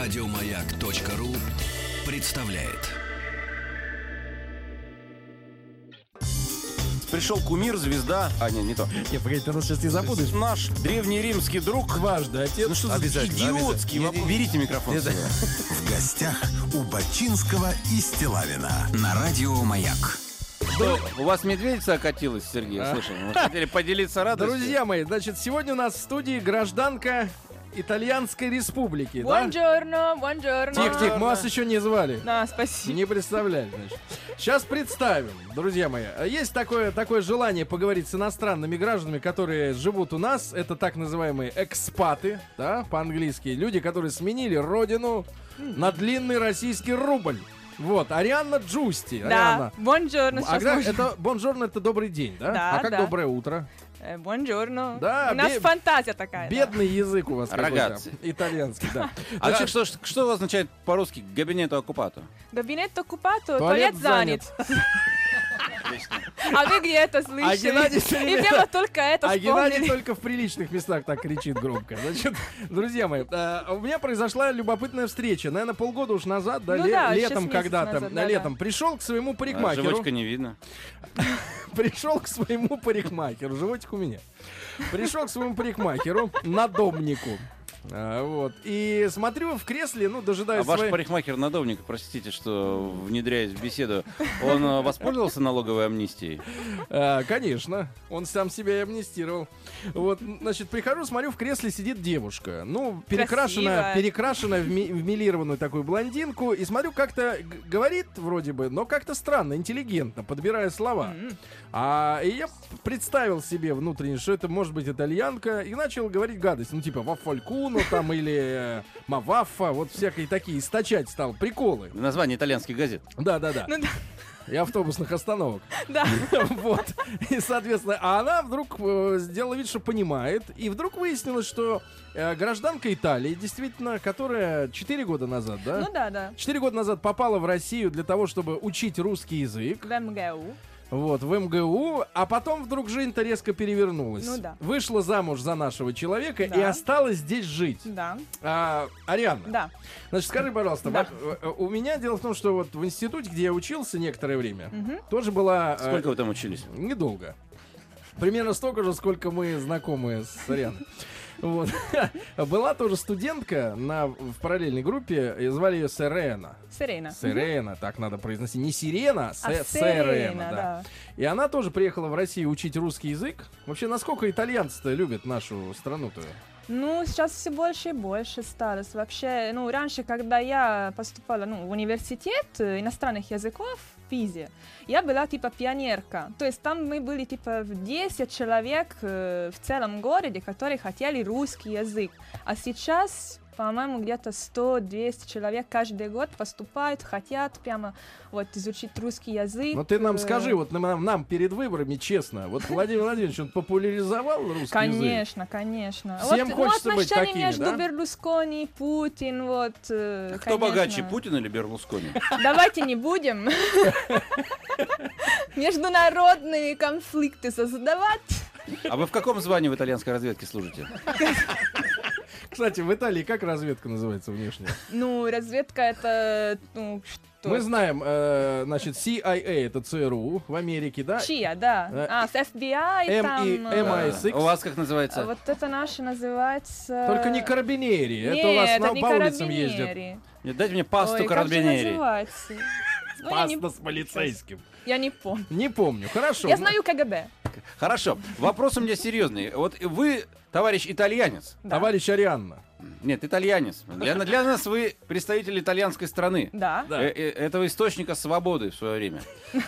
Радиомаяк.ру представляет. Пришел кумир, звезда... А, не, не то. Я, погоди, ты нас сейчас не запутаешь. Наш древнеримский друг... Важно, отец. Ну что за идиотский вопрос? Берите микрофон. с собой. В гостях у Бачинского и Стилавина на Радио Маяк. У вас медведица окатилась, Сергей, слушай. Мы хотели поделиться радостью. Друзья мои, значит, сегодня у нас в студии гражданка Итальянской Республики, да? Buongiorno, buongiorno. Тих-тих, мы вас еще не звали. Да, спасибо. Не представляли, значит. Сейчас представим, друзья мои. Есть такое, такое желание поговорить с иностранными гражданами, которые живут у нас. Это так называемые экспаты, да, по-английски. Люди, которые сменили родину на длинный российский рубль. Вот, Арианна Джусти. Да, Арианна. buongiorno. А сейчас когда- можно. это бонжорно, это добрый день, да? Да, а как да. доброе утро? Э, Buongiorno. Да, У нас бе- фантазия такая. да. Бедный язык у вас какой-то. Рогатцы. Итальянский, да. А Значит, что, что, что означает по-русски «габинету оккупату»? Габинетто купато, Туалет туалет занят. А вы где это слышали? А Геннадий всё И время- прямо только это А Геннадий вспомнили. только в приличных местах так кричит громко. Значит, друзья мои, э, у меня произошла любопытная встреча. Наверное, полгода уж назад, да, Ну ле- да, шесть летом месяцев когда-то, назад, да, летом пришел к своему А, парикмахеру. Животика не видно. пришел к своему парикмахеру. Животик у меня. Пришел к своему парикмахеру, надомнику. А, вот. И смотрю в кресле, ну, А дожидаясь ваш своей- парикмахер надовник, простите, что внедряюсь в беседу, он э, воспользовался налоговой амнистией? А, конечно, он сам себя и амнистировал. Вот, значит, прихожу, смотрю, в кресле сидит девушка. Ну, перекрашена, Красивая. перекрашена в, ми- в милированную такую блондинку. И смотрю, как-то г- говорит вроде бы, но как-то странно, интеллигентно, подбирая слова. М-м. А и я представил себе внутренне, что это может быть итальянка, и начал говорить гадость. Ну, типа, вафалькуну там или э, маваффа, вот всякие такие, источать стал, приколы. Название итальянских газет. Да-да-да. Ну да, И автобусных остановок. да. Вот. И, соответственно, а она вдруг э, сделала вид, что понимает. И вдруг выяснилось, что э, гражданка Италии, действительно, которая 4 года назад, да? Ну да, да. 4 года назад попала в Россию для того, чтобы учить русский язык, В МГУ. вот, в МГУ, а потом вдруг жизнь-то резко перевернулась. Ну да. Вышла замуж за нашего человека и Да. осталась здесь жить. Да, А, Ариана, да. Значит, скажи, пожалуйста, Да. вот, э, у меня дело в том, что вот в институте, где я учился некоторое время, Мгм. тоже была... э, Сколько вы там учились? Недолго. Примерно столько же, сколько мы знакомы с Арианой. Вот. Была тоже студентка на, в параллельной группе, и звали ее Сирена. Сирена. Сирена, так надо произносить. Не Сирена, а А Се- Сирена, Сирена, да. да. И она тоже приехала в Россию учить русский язык. Вообще, насколько итальянцы-то любят нашу страну-то? Ну, сейчас все больше и больше старость. Вообще, ну, раньше, когда я поступала ну, в университет э, иностранных языков в Пизе, я была типа пионерка. То есть там мы были типа в 10 человек э, в целом городе, которые хотели русский язык. А сейчас по-моему, где-то 100-200 человек каждый год поступают, хотят прямо вот изучить русский язык. Ну ты нам Э, скажи, вот нам, нам перед выборами, честно, вот Владимир Владимирович, он популяризовал русский язык? Конечно, конечно. Всем вот, хочется ну, быть отношения такими, между да? Берлускони и Путин, вот. э, Кто богаче, конечно. Путин или Берлускони? Давайте не будем международные конфликты создавать. А вы в каком звании в итальянской разведке служите? Кстати, в Италии как разведка называется внешне? Ну, разведка это, ну, что? Мы знаем, э, значит, CIA это ЦРУ в Америке, да? Чья, да. Э, А, с FBI М там... и э, М. MI6. А, У вас как а называется? Вот это наше называется... Только не карабинери, это у Нет, вас на, не по улицам карабинери. ездят. Нет, Дайте мне Ой, пасту как же карабинери. называется? Ну, я не- Паста с полицейским. Я не помню. Не помню, хорошо. Я знаю КГБ. Хорошо. Вопрос у меня серьезный. Вот вы, товарищ итальянец. Да. Товарищ Арианна. Нет, итальянец. Для, для нас вы представитель итальянской страны. Да. Да. Э- э- Этого источника свободы в свое время.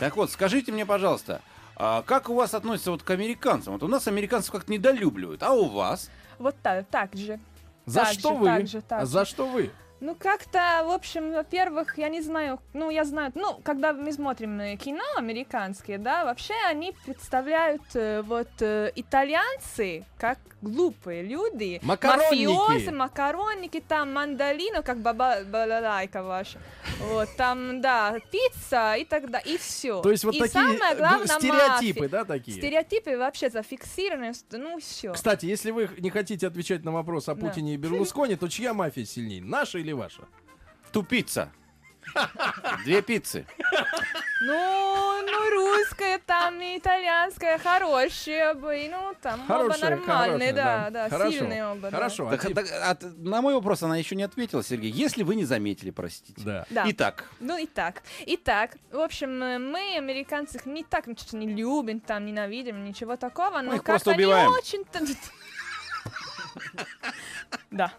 Так вот, скажите мне, пожалуйста, а как у вас относятся вот к американцам? Вот у нас американцев как-то недолюбливают, а у вас? Вот так, так же. За Так что же, вы? так же, так А За что вы? Ну, как-то, в общем, во-первых, я не знаю, ну, я знаю, ну, когда мы смотрим э, кино американские, да, вообще они представляют э, вот э, итальянцы как глупые люди. Макаронники. Мафиозы, макаронники, там мандолино, как баба балалайка ваша. Вот, там, да, пицца и так далее, и все. То есть вот и такие самое э, главное, стереотипы, мафия. да, такие? Стереотипы вообще зафиксированы, что- ну, все. Кстати, если вы не хотите отвечать на вопрос о Да. Путине и Берлусконе, то чья мафия сильнее, наша или или ваша? Тупица. Две пиццы. Ну, ну, русская там и итальянская хорошие оба, и ну, там Хорошая, оба нормальные, хорошая, да, да, Хорошо. сильные оба. да. Хорошо. а Так, тип- так, а т- на мой вопрос она еще не ответила, Сергей. Если вы не заметили, простите. Да. Да. Итак, Ну и так. Итак, в общем, э, мы американцев не так ну, что-то не любим, там ненавидим, ничего такого, но их как-то просто не убиваем. очень-то... Да.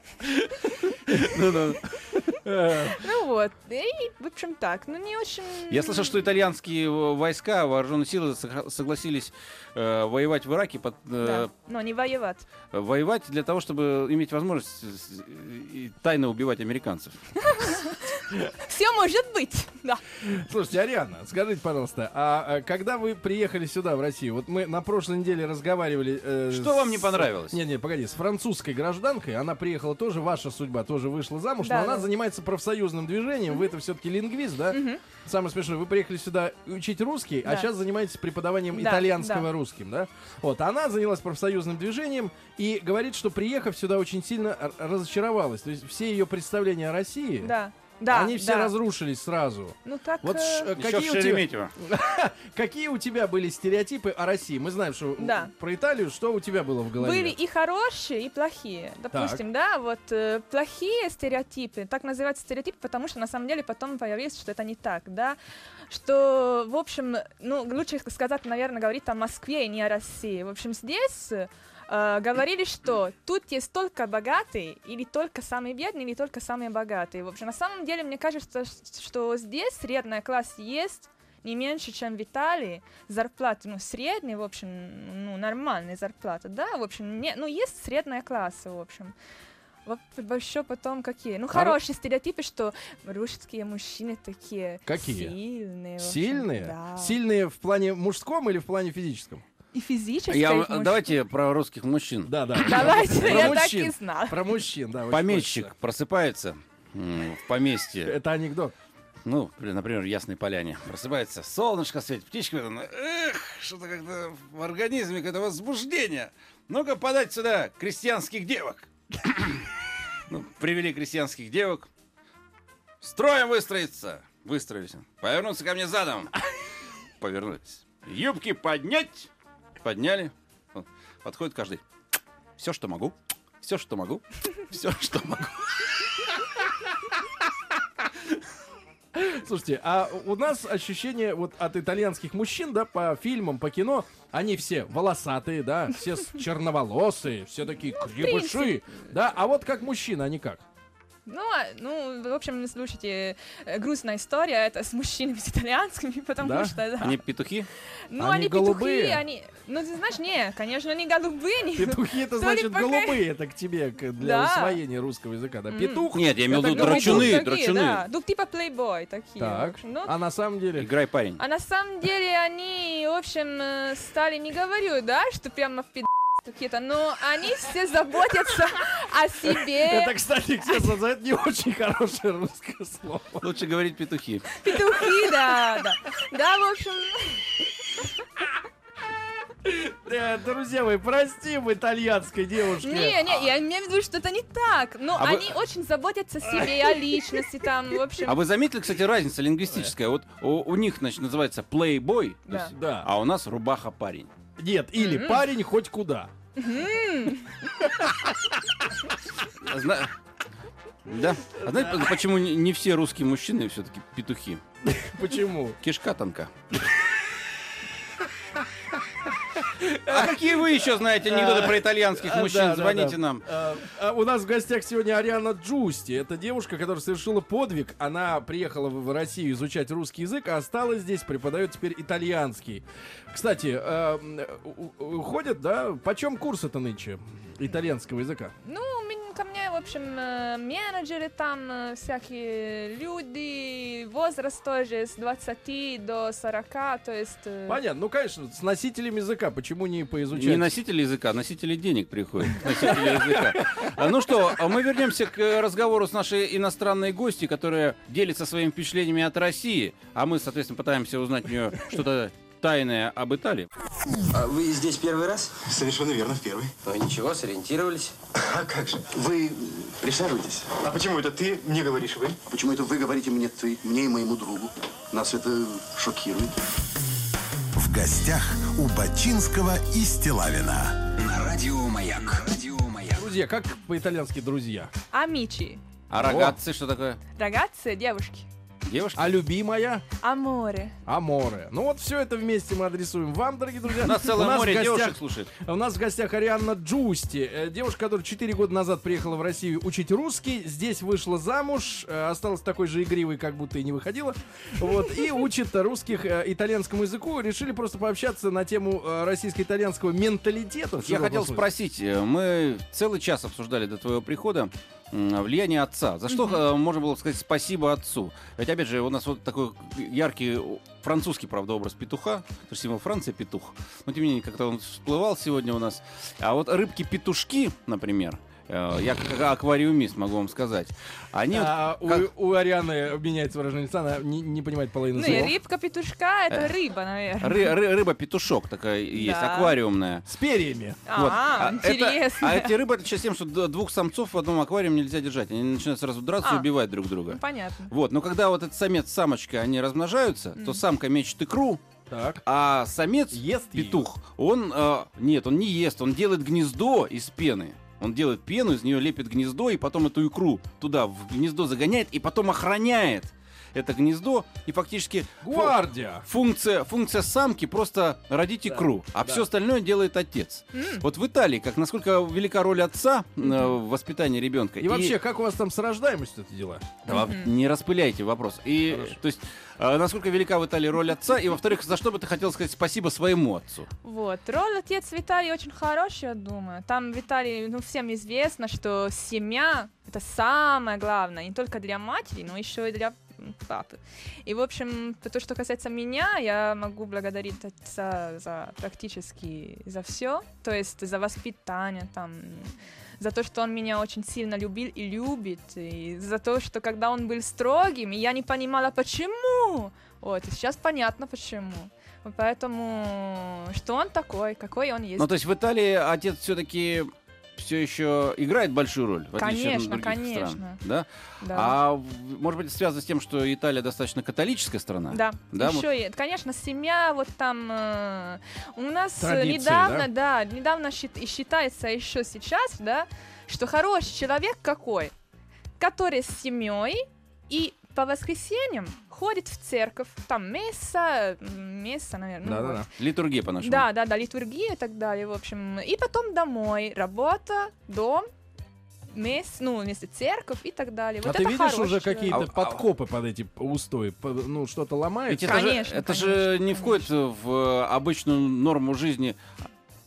Ну вот, и, в общем, так, ну не очень... я слышал, что итальянские э, войска, вооруженные силы согла- согласились э, воевать в Ираке, под, э, Да, но не воевать. воевать для того, чтобы иметь возможность э, э, и тайно убивать американцев. Все может быть, да. Слушайте, Ариана, скажите, пожалуйста, а, а когда вы приехали сюда, в Россию, вот мы на прошлой неделе разговаривали... э, Что вам не с- понравилось? Не-не, погоди, с французской гражданкой, она приехала тоже, ваша судьба тоже вышла замуж, Да, но она да. занимается профсоюзным движением, вы это все-таки лингвист, да? Самое смешное, вы приехали сюда учить русский, а Да. сейчас занимаетесь преподаванием Да, итальянского да. русским, да? Вот, а она занялась профсоюзным движением и говорит, что приехав сюда очень сильно р- разочаровалась, то есть все ее представления о России... Да, да, Они все да. разрушились сразу. Ну так... Вот ш- э, э, Еще в какие, у тебя, Шереметьево. какие у тебя были стереотипы о России? Мы знаем, что у- Да. про Италию, что у тебя было в голове? Были и хорошие, и плохие. Допустим, да, вот э, плохие стереотипы, так называются стереотипы, потому что на самом деле потом появилось, что это не так, да. Что, в общем, ну, лучше сказать, наверное, говорить о Москве и не о России. В общем, здесь э, говорили, что тут есть только богатые, или только самые бедные, или только самые богатые. В общем, на самом деле, мне кажется, что, что здесь средняя класс есть, не меньше, чем в Италии, зарплаты, ну, средние, в общем, ну, нормальные зарплаты, да, в общем, не, ну, есть средняя класса, в общем. Еще потом какие? Ну, Хоро- хорошие стереотипы, что русские мужчины такие Какие? сильные. в общем, Сильные? да. Сильные в плане мужском или в плане физическом? И физически. Я, их муж- давайте про русских мужчин. Да, да. Давайте, Про я так и мужчин. знала. Про мужчин, да. очень Помещик хочется. просыпается м, в поместье. Это анекдот. Ну, при- например, в Ясной Поляне. Просыпается, солнышко светит, птичка. поет, она, Эх, что-то как-то в организме какое-то возбуждение. Ну-ка подать сюда крестьянских девок. ну, привели крестьянских девок. Строем выстроиться. Выстроились. Повернуться ко мне задом. Повернулись. Юбки поднять. Подняли. Вот. Подходит каждый. Все, что могу. Все, что могу. Все, что могу. Слушайте, а у нас ощущение вот от итальянских мужчин, да, по фильмам, по кино, они все волосатые, да, все с- черноволосые, все такие крепыши, да, а вот как мужчина, они как? Ну, а, ну, в общем, слушайте, э, грустная история это с мужчинами, с итальянскими, потому Да? что, да. Они петухи? ну, они они, голубые? петухи, они... Ну, ты знаешь, не, конечно, не голубые, не... Петухи это То ли значит пока- голубые, это к тебе к- для Да. усвоения русского языка. Да, петух. Нет, я имел в это виду голубой. Ну, драчуны, ну, такие, драчуны. Да, ну, типа плейбой такие. в Так. общем. Ну, А на самом деле. Играй, парень. А на самом деле они, в общем, э, стали, не говорю, да, что прямо в пи***ц какие-то, но они все заботятся о Это, себе. кстати, честно, за это не очень хорошее русское слово. Лучше говорить петухи. Петухи, да, да. Да, в общем, Э, Друзья мои, простим итальянской девушке. не, не, я имею в виду, что это не так. Но А вы- они очень заботятся о себе, о личности там, в А общем. вы заметили, кстати, разница лингвистическая? Вот у, у них, значит, называется плейбой, то Да. есть, Да. а у нас рубаха-парень. Нет, или М-м. парень хоть куда. Зна- Да. А знаете, по- почему не не все русские мужчины все-таки петухи? Почему? Кишка тонка. А какие вы еще знаете анекдоты про итальянских А, да, мужчин? да, Звоните да. нам. А, а у нас в гостях сегодня Ариана Джусти. Это девушка, которая совершила подвиг. Она приехала в в Россию изучать русский язык, а осталась здесь, преподает теперь итальянский. Кстати, э, у- у- уходит, да? Почем курс это нынче итальянского языка? Ну, у меня- ко мне, в общем, э, менеджеры там, э, всякие люди, возраст тоже с 20 до 40, то есть... э, Понятно. Ну, конечно, с носителем языка. Почему не поизучать? Не носители языка, а носители денег приходят. Носители языка. А, Ну что, а мы вернемся к э, разговору с нашей иностранной гостью, которая делится своими впечатлениями от России, а мы, соответственно, пытаемся узнать у нее что-то тайное об Италии. А вы здесь первый раз? Совершенно верно, в первый. Ну ничего, сориентировались. А как же? Вы присаживайтесь. А почему это ты мне говоришь вы? А Почему это вы говорите мне, ты- мне и моему другу? Нас это шокирует. В гостях у Бачинского и Стилавина. На радио Маяк. Радио Маяк. Друзья, как по-итальянски друзья? Амичи. А рогатцы что такое? Ragazze, девушки. Девушки? А любимая? Аморе. Аморе. Ну вот все это вместе мы адресуем вам, дорогие друзья. У нас целое в море гостях- девушек слушает. У нас в гостях Арианна Джусти, э, девушка, которая 4 года назад приехала в Россию учить русский, здесь вышла замуж, э, осталась такой же игривой, как будто и не выходила, вот, и учит русских э, итальянскому языку. Решили просто пообщаться на тему э, российско-итальянского менталитета. в Я широком хотел смысле. спросить, э, мы целый час обсуждали до твоего прихода м, а, влияние отца. За что э, можно было бы сказать спасибо отцу? Ведь, опять же, у нас вот такой яркий о, французский, правда, образ петуха. То есть, во Франция петух. Но, тем не менее, как-то он всплывал сегодня у нас. А вот рыбки-петушки, например, э, я как аквариумист могу вам сказать, они вот А, у, как- у Арианы меняется выражение лица, она не, не понимает половины Ну, и слов. рыбка петушка это рыба, наверное. ры- ры- рыба-петушок такая есть, Да. аквариумная. С перьями. Вот. А, это- интересно. а эти рыбы отличаются тем, что д- двух самцов в одном аквариуме нельзя держать. Они начинают сразу драться и А. убивать друг друга. Ну, Понятно. Вот, но когда вот этот самец с самочкой, они размножаются, то Мгм. самка мечет икру, Так. а самец, Ест её. петух, он, э, нет, он не ест, он делает гнездо из пены. Он делает пену, из нее лепит гнездо, и потом эту икру туда в гнездо загоняет, и потом охраняет это гнездо, и фактически... Гвардия. Функция, функция самки просто родить икру, а все остальное делает отец. М. Вот в Италии, как насколько велика роль отца э, в воспитании ребенка. И вообще, как у вас там с рождаемостью это дела? Да, во- не распыляйте вопрос. И то есть, э, насколько велика в Италии роль отца, и во-вторых, за что бы ты хотел сказать спасибо своему отцу? Вот. Роль отец в Италии очень хороший, я думаю. Там в Италии, ну, всем известно, что семья — это самое главное. Не только для матери, но еще и для м, папы. И, в общем, то, что касается меня, я могу благодарить отца за практически за все. То есть за воспитание, там, за то, что он меня очень сильно любил и любит, и за то, что когда он был строгим, я не понимала, почему. Вот, и сейчас понятно, почему. Поэтому, что он такой, какой он есть. Ну, то есть в Италии отец все-таки все еще играет большую роль, в отличие Конечно, от других конечно. стран. Да? да. А в- может быть, это связано с тем, что Италия достаточно католическая страна? Да, Да, еще и, конечно, семья, вот там э, у нас э, Традиции, недавно, да, недавно счит- и считается еще сейчас, да, что хороший человек какой, который с семьей и по воскресеньям ходит в церковь, там месса, м, месса, наверное. ну, вот. Да-да-да. Литургия по-нашему. Да, да, да, литургия и так далее, в общем. И потом домой, работа, дом, месс, ну, место церковь и так далее. а Вот ты это видишь хороший уже человек. какие-то А- а- подкопы под эти устои? П- Ну, что-то ломает? Ведь это же- Конечно, это же, конечно, не входит в э, обычную норму жизни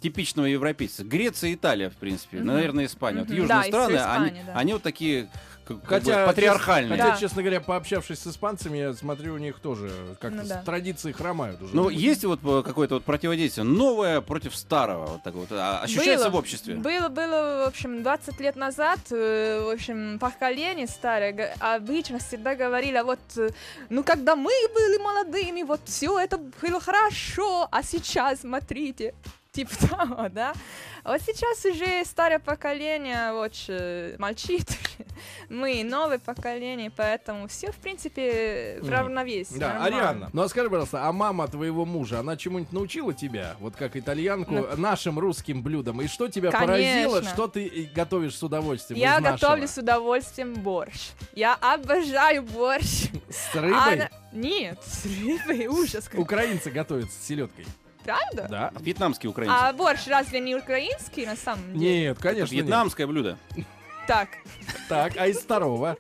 типичного европейца. Греция, Италия, в принципе, Мгм. наверное, Испания. Вот Мгм. южные Да, и- страны, Испания, они, да. они вот такие как- как Хотя, бы патриархальные. Хотя, Да. честно говоря, пообщавшись с испанцами, я смотрю, у них тоже как-то Ну да. с- традиции хромают уже. Но есть вот э, какое-то вот противодействие новое против старого, вот так вот, а, ощущается Было. в обществе? Было, было, в общем, 20 лет назад, э, в общем, поколение старое г- обычно всегда говорили, вот, э, ну, когда мы были молодыми, вот все это было хорошо, а сейчас, смотрите, типа того, да? А Вот сейчас уже старое поколение очень мальчит, мы новое поколение, поэтому все, в принципе, в Мгм. равновесии. Да, нормально. Арианна. Ну а скажи, пожалуйста, а мама твоего мужа, она чему-нибудь научила тебя? Вот как итальянку, нашим русским блюдам. И что тебя Ну. Конечно. поразило, что ты и готовишь с удовольствием? Я из нашего? готовлю с удовольствием борщ. Я обожаю борщ. С рыбой? Она- Нет, с рыбой ужас. какой. Украинцы готовят с селедкой. Правда? Да. Вьетнамские украинцы. А борщ разве не украинский на самом деле? Нет, конечно. нет. Вьетнамское блюдо. Так, Так, а из второго?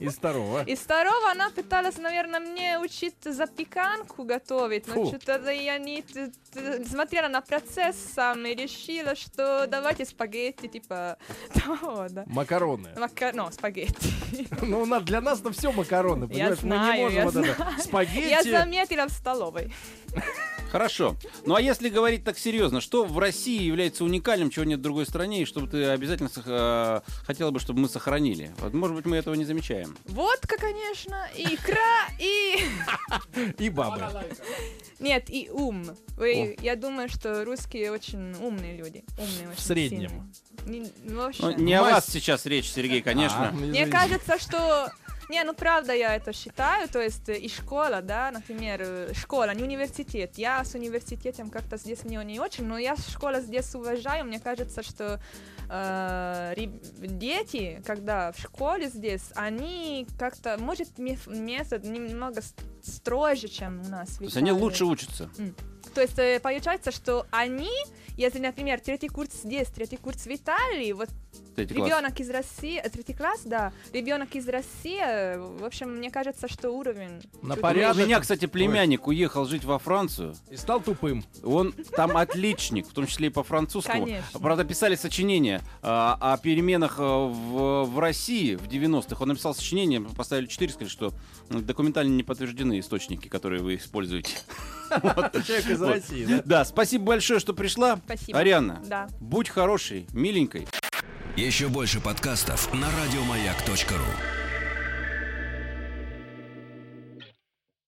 Из второго. из второго она пыталась, наверное, мне учить запеканку готовить, но Фу. что-то я не т- т- смотрела на процесс сам и решила, что давайте спагетти, типа того, да. Макароны. Мака- Ну, спагетти. Ну, на- для нас-то все макароны, Я понимаешь? Мы не знаю, можем я вот это. Я Спагетти. заметила в столовой. Хорошо. Ну а если говорить так серьезно, что в России является уникальным, чего нет в другой стране, и что бы ты обязательно сох- э, хотела бы, чтобы мы сохранили? Вот, может быть, мы этого не замечаем. Водка, конечно, и икра, и... И бабы. Нет, и ум. Вы- я думаю, что русские очень умные люди. Умные очень среднем. сильные. Не- ну, вообще. Ну, не о Мась- вас сейчас речь, Сергей, А, конечно. ну, Мне извините. кажется, что... Не, ну правда я это считаю, то есть э, и школа, да, например, э, школа, не университет. Я с университетом как-то здесь мне не очень, но я школу здесь уважаю. Мне кажется, что э, реб- дети, когда в школе здесь, они как-то, может, меф- метод немного с- строже, чем у нас. в То есть они Италии. лучше учатся. То есть э, получается, что они, если, например, третий курс здесь, третий курс в Италии, вот Третий класс. ребенок из России, э, третий класс, да, ребенок из России, э, в общем, мне кажется, что уровень... На чуть- У меня- порядок. У меня, кстати, племянник уехал жить во Францию. И стал тупым. Он там отличник, в том числе и по французскому. Конечно. Правда, писали сочинение а, о переменах а, в, в России в 90-х. Он написал сочинение, поставили 4, сказали, что м, документально не подтверждены источники, которые вы используете. Человек из Вот. России, да? Да, спасибо большое, что пришла. Спасибо. Ариана, Да. будь хорошей, миленькой. Еще больше подкастов на радиомаяк.ру.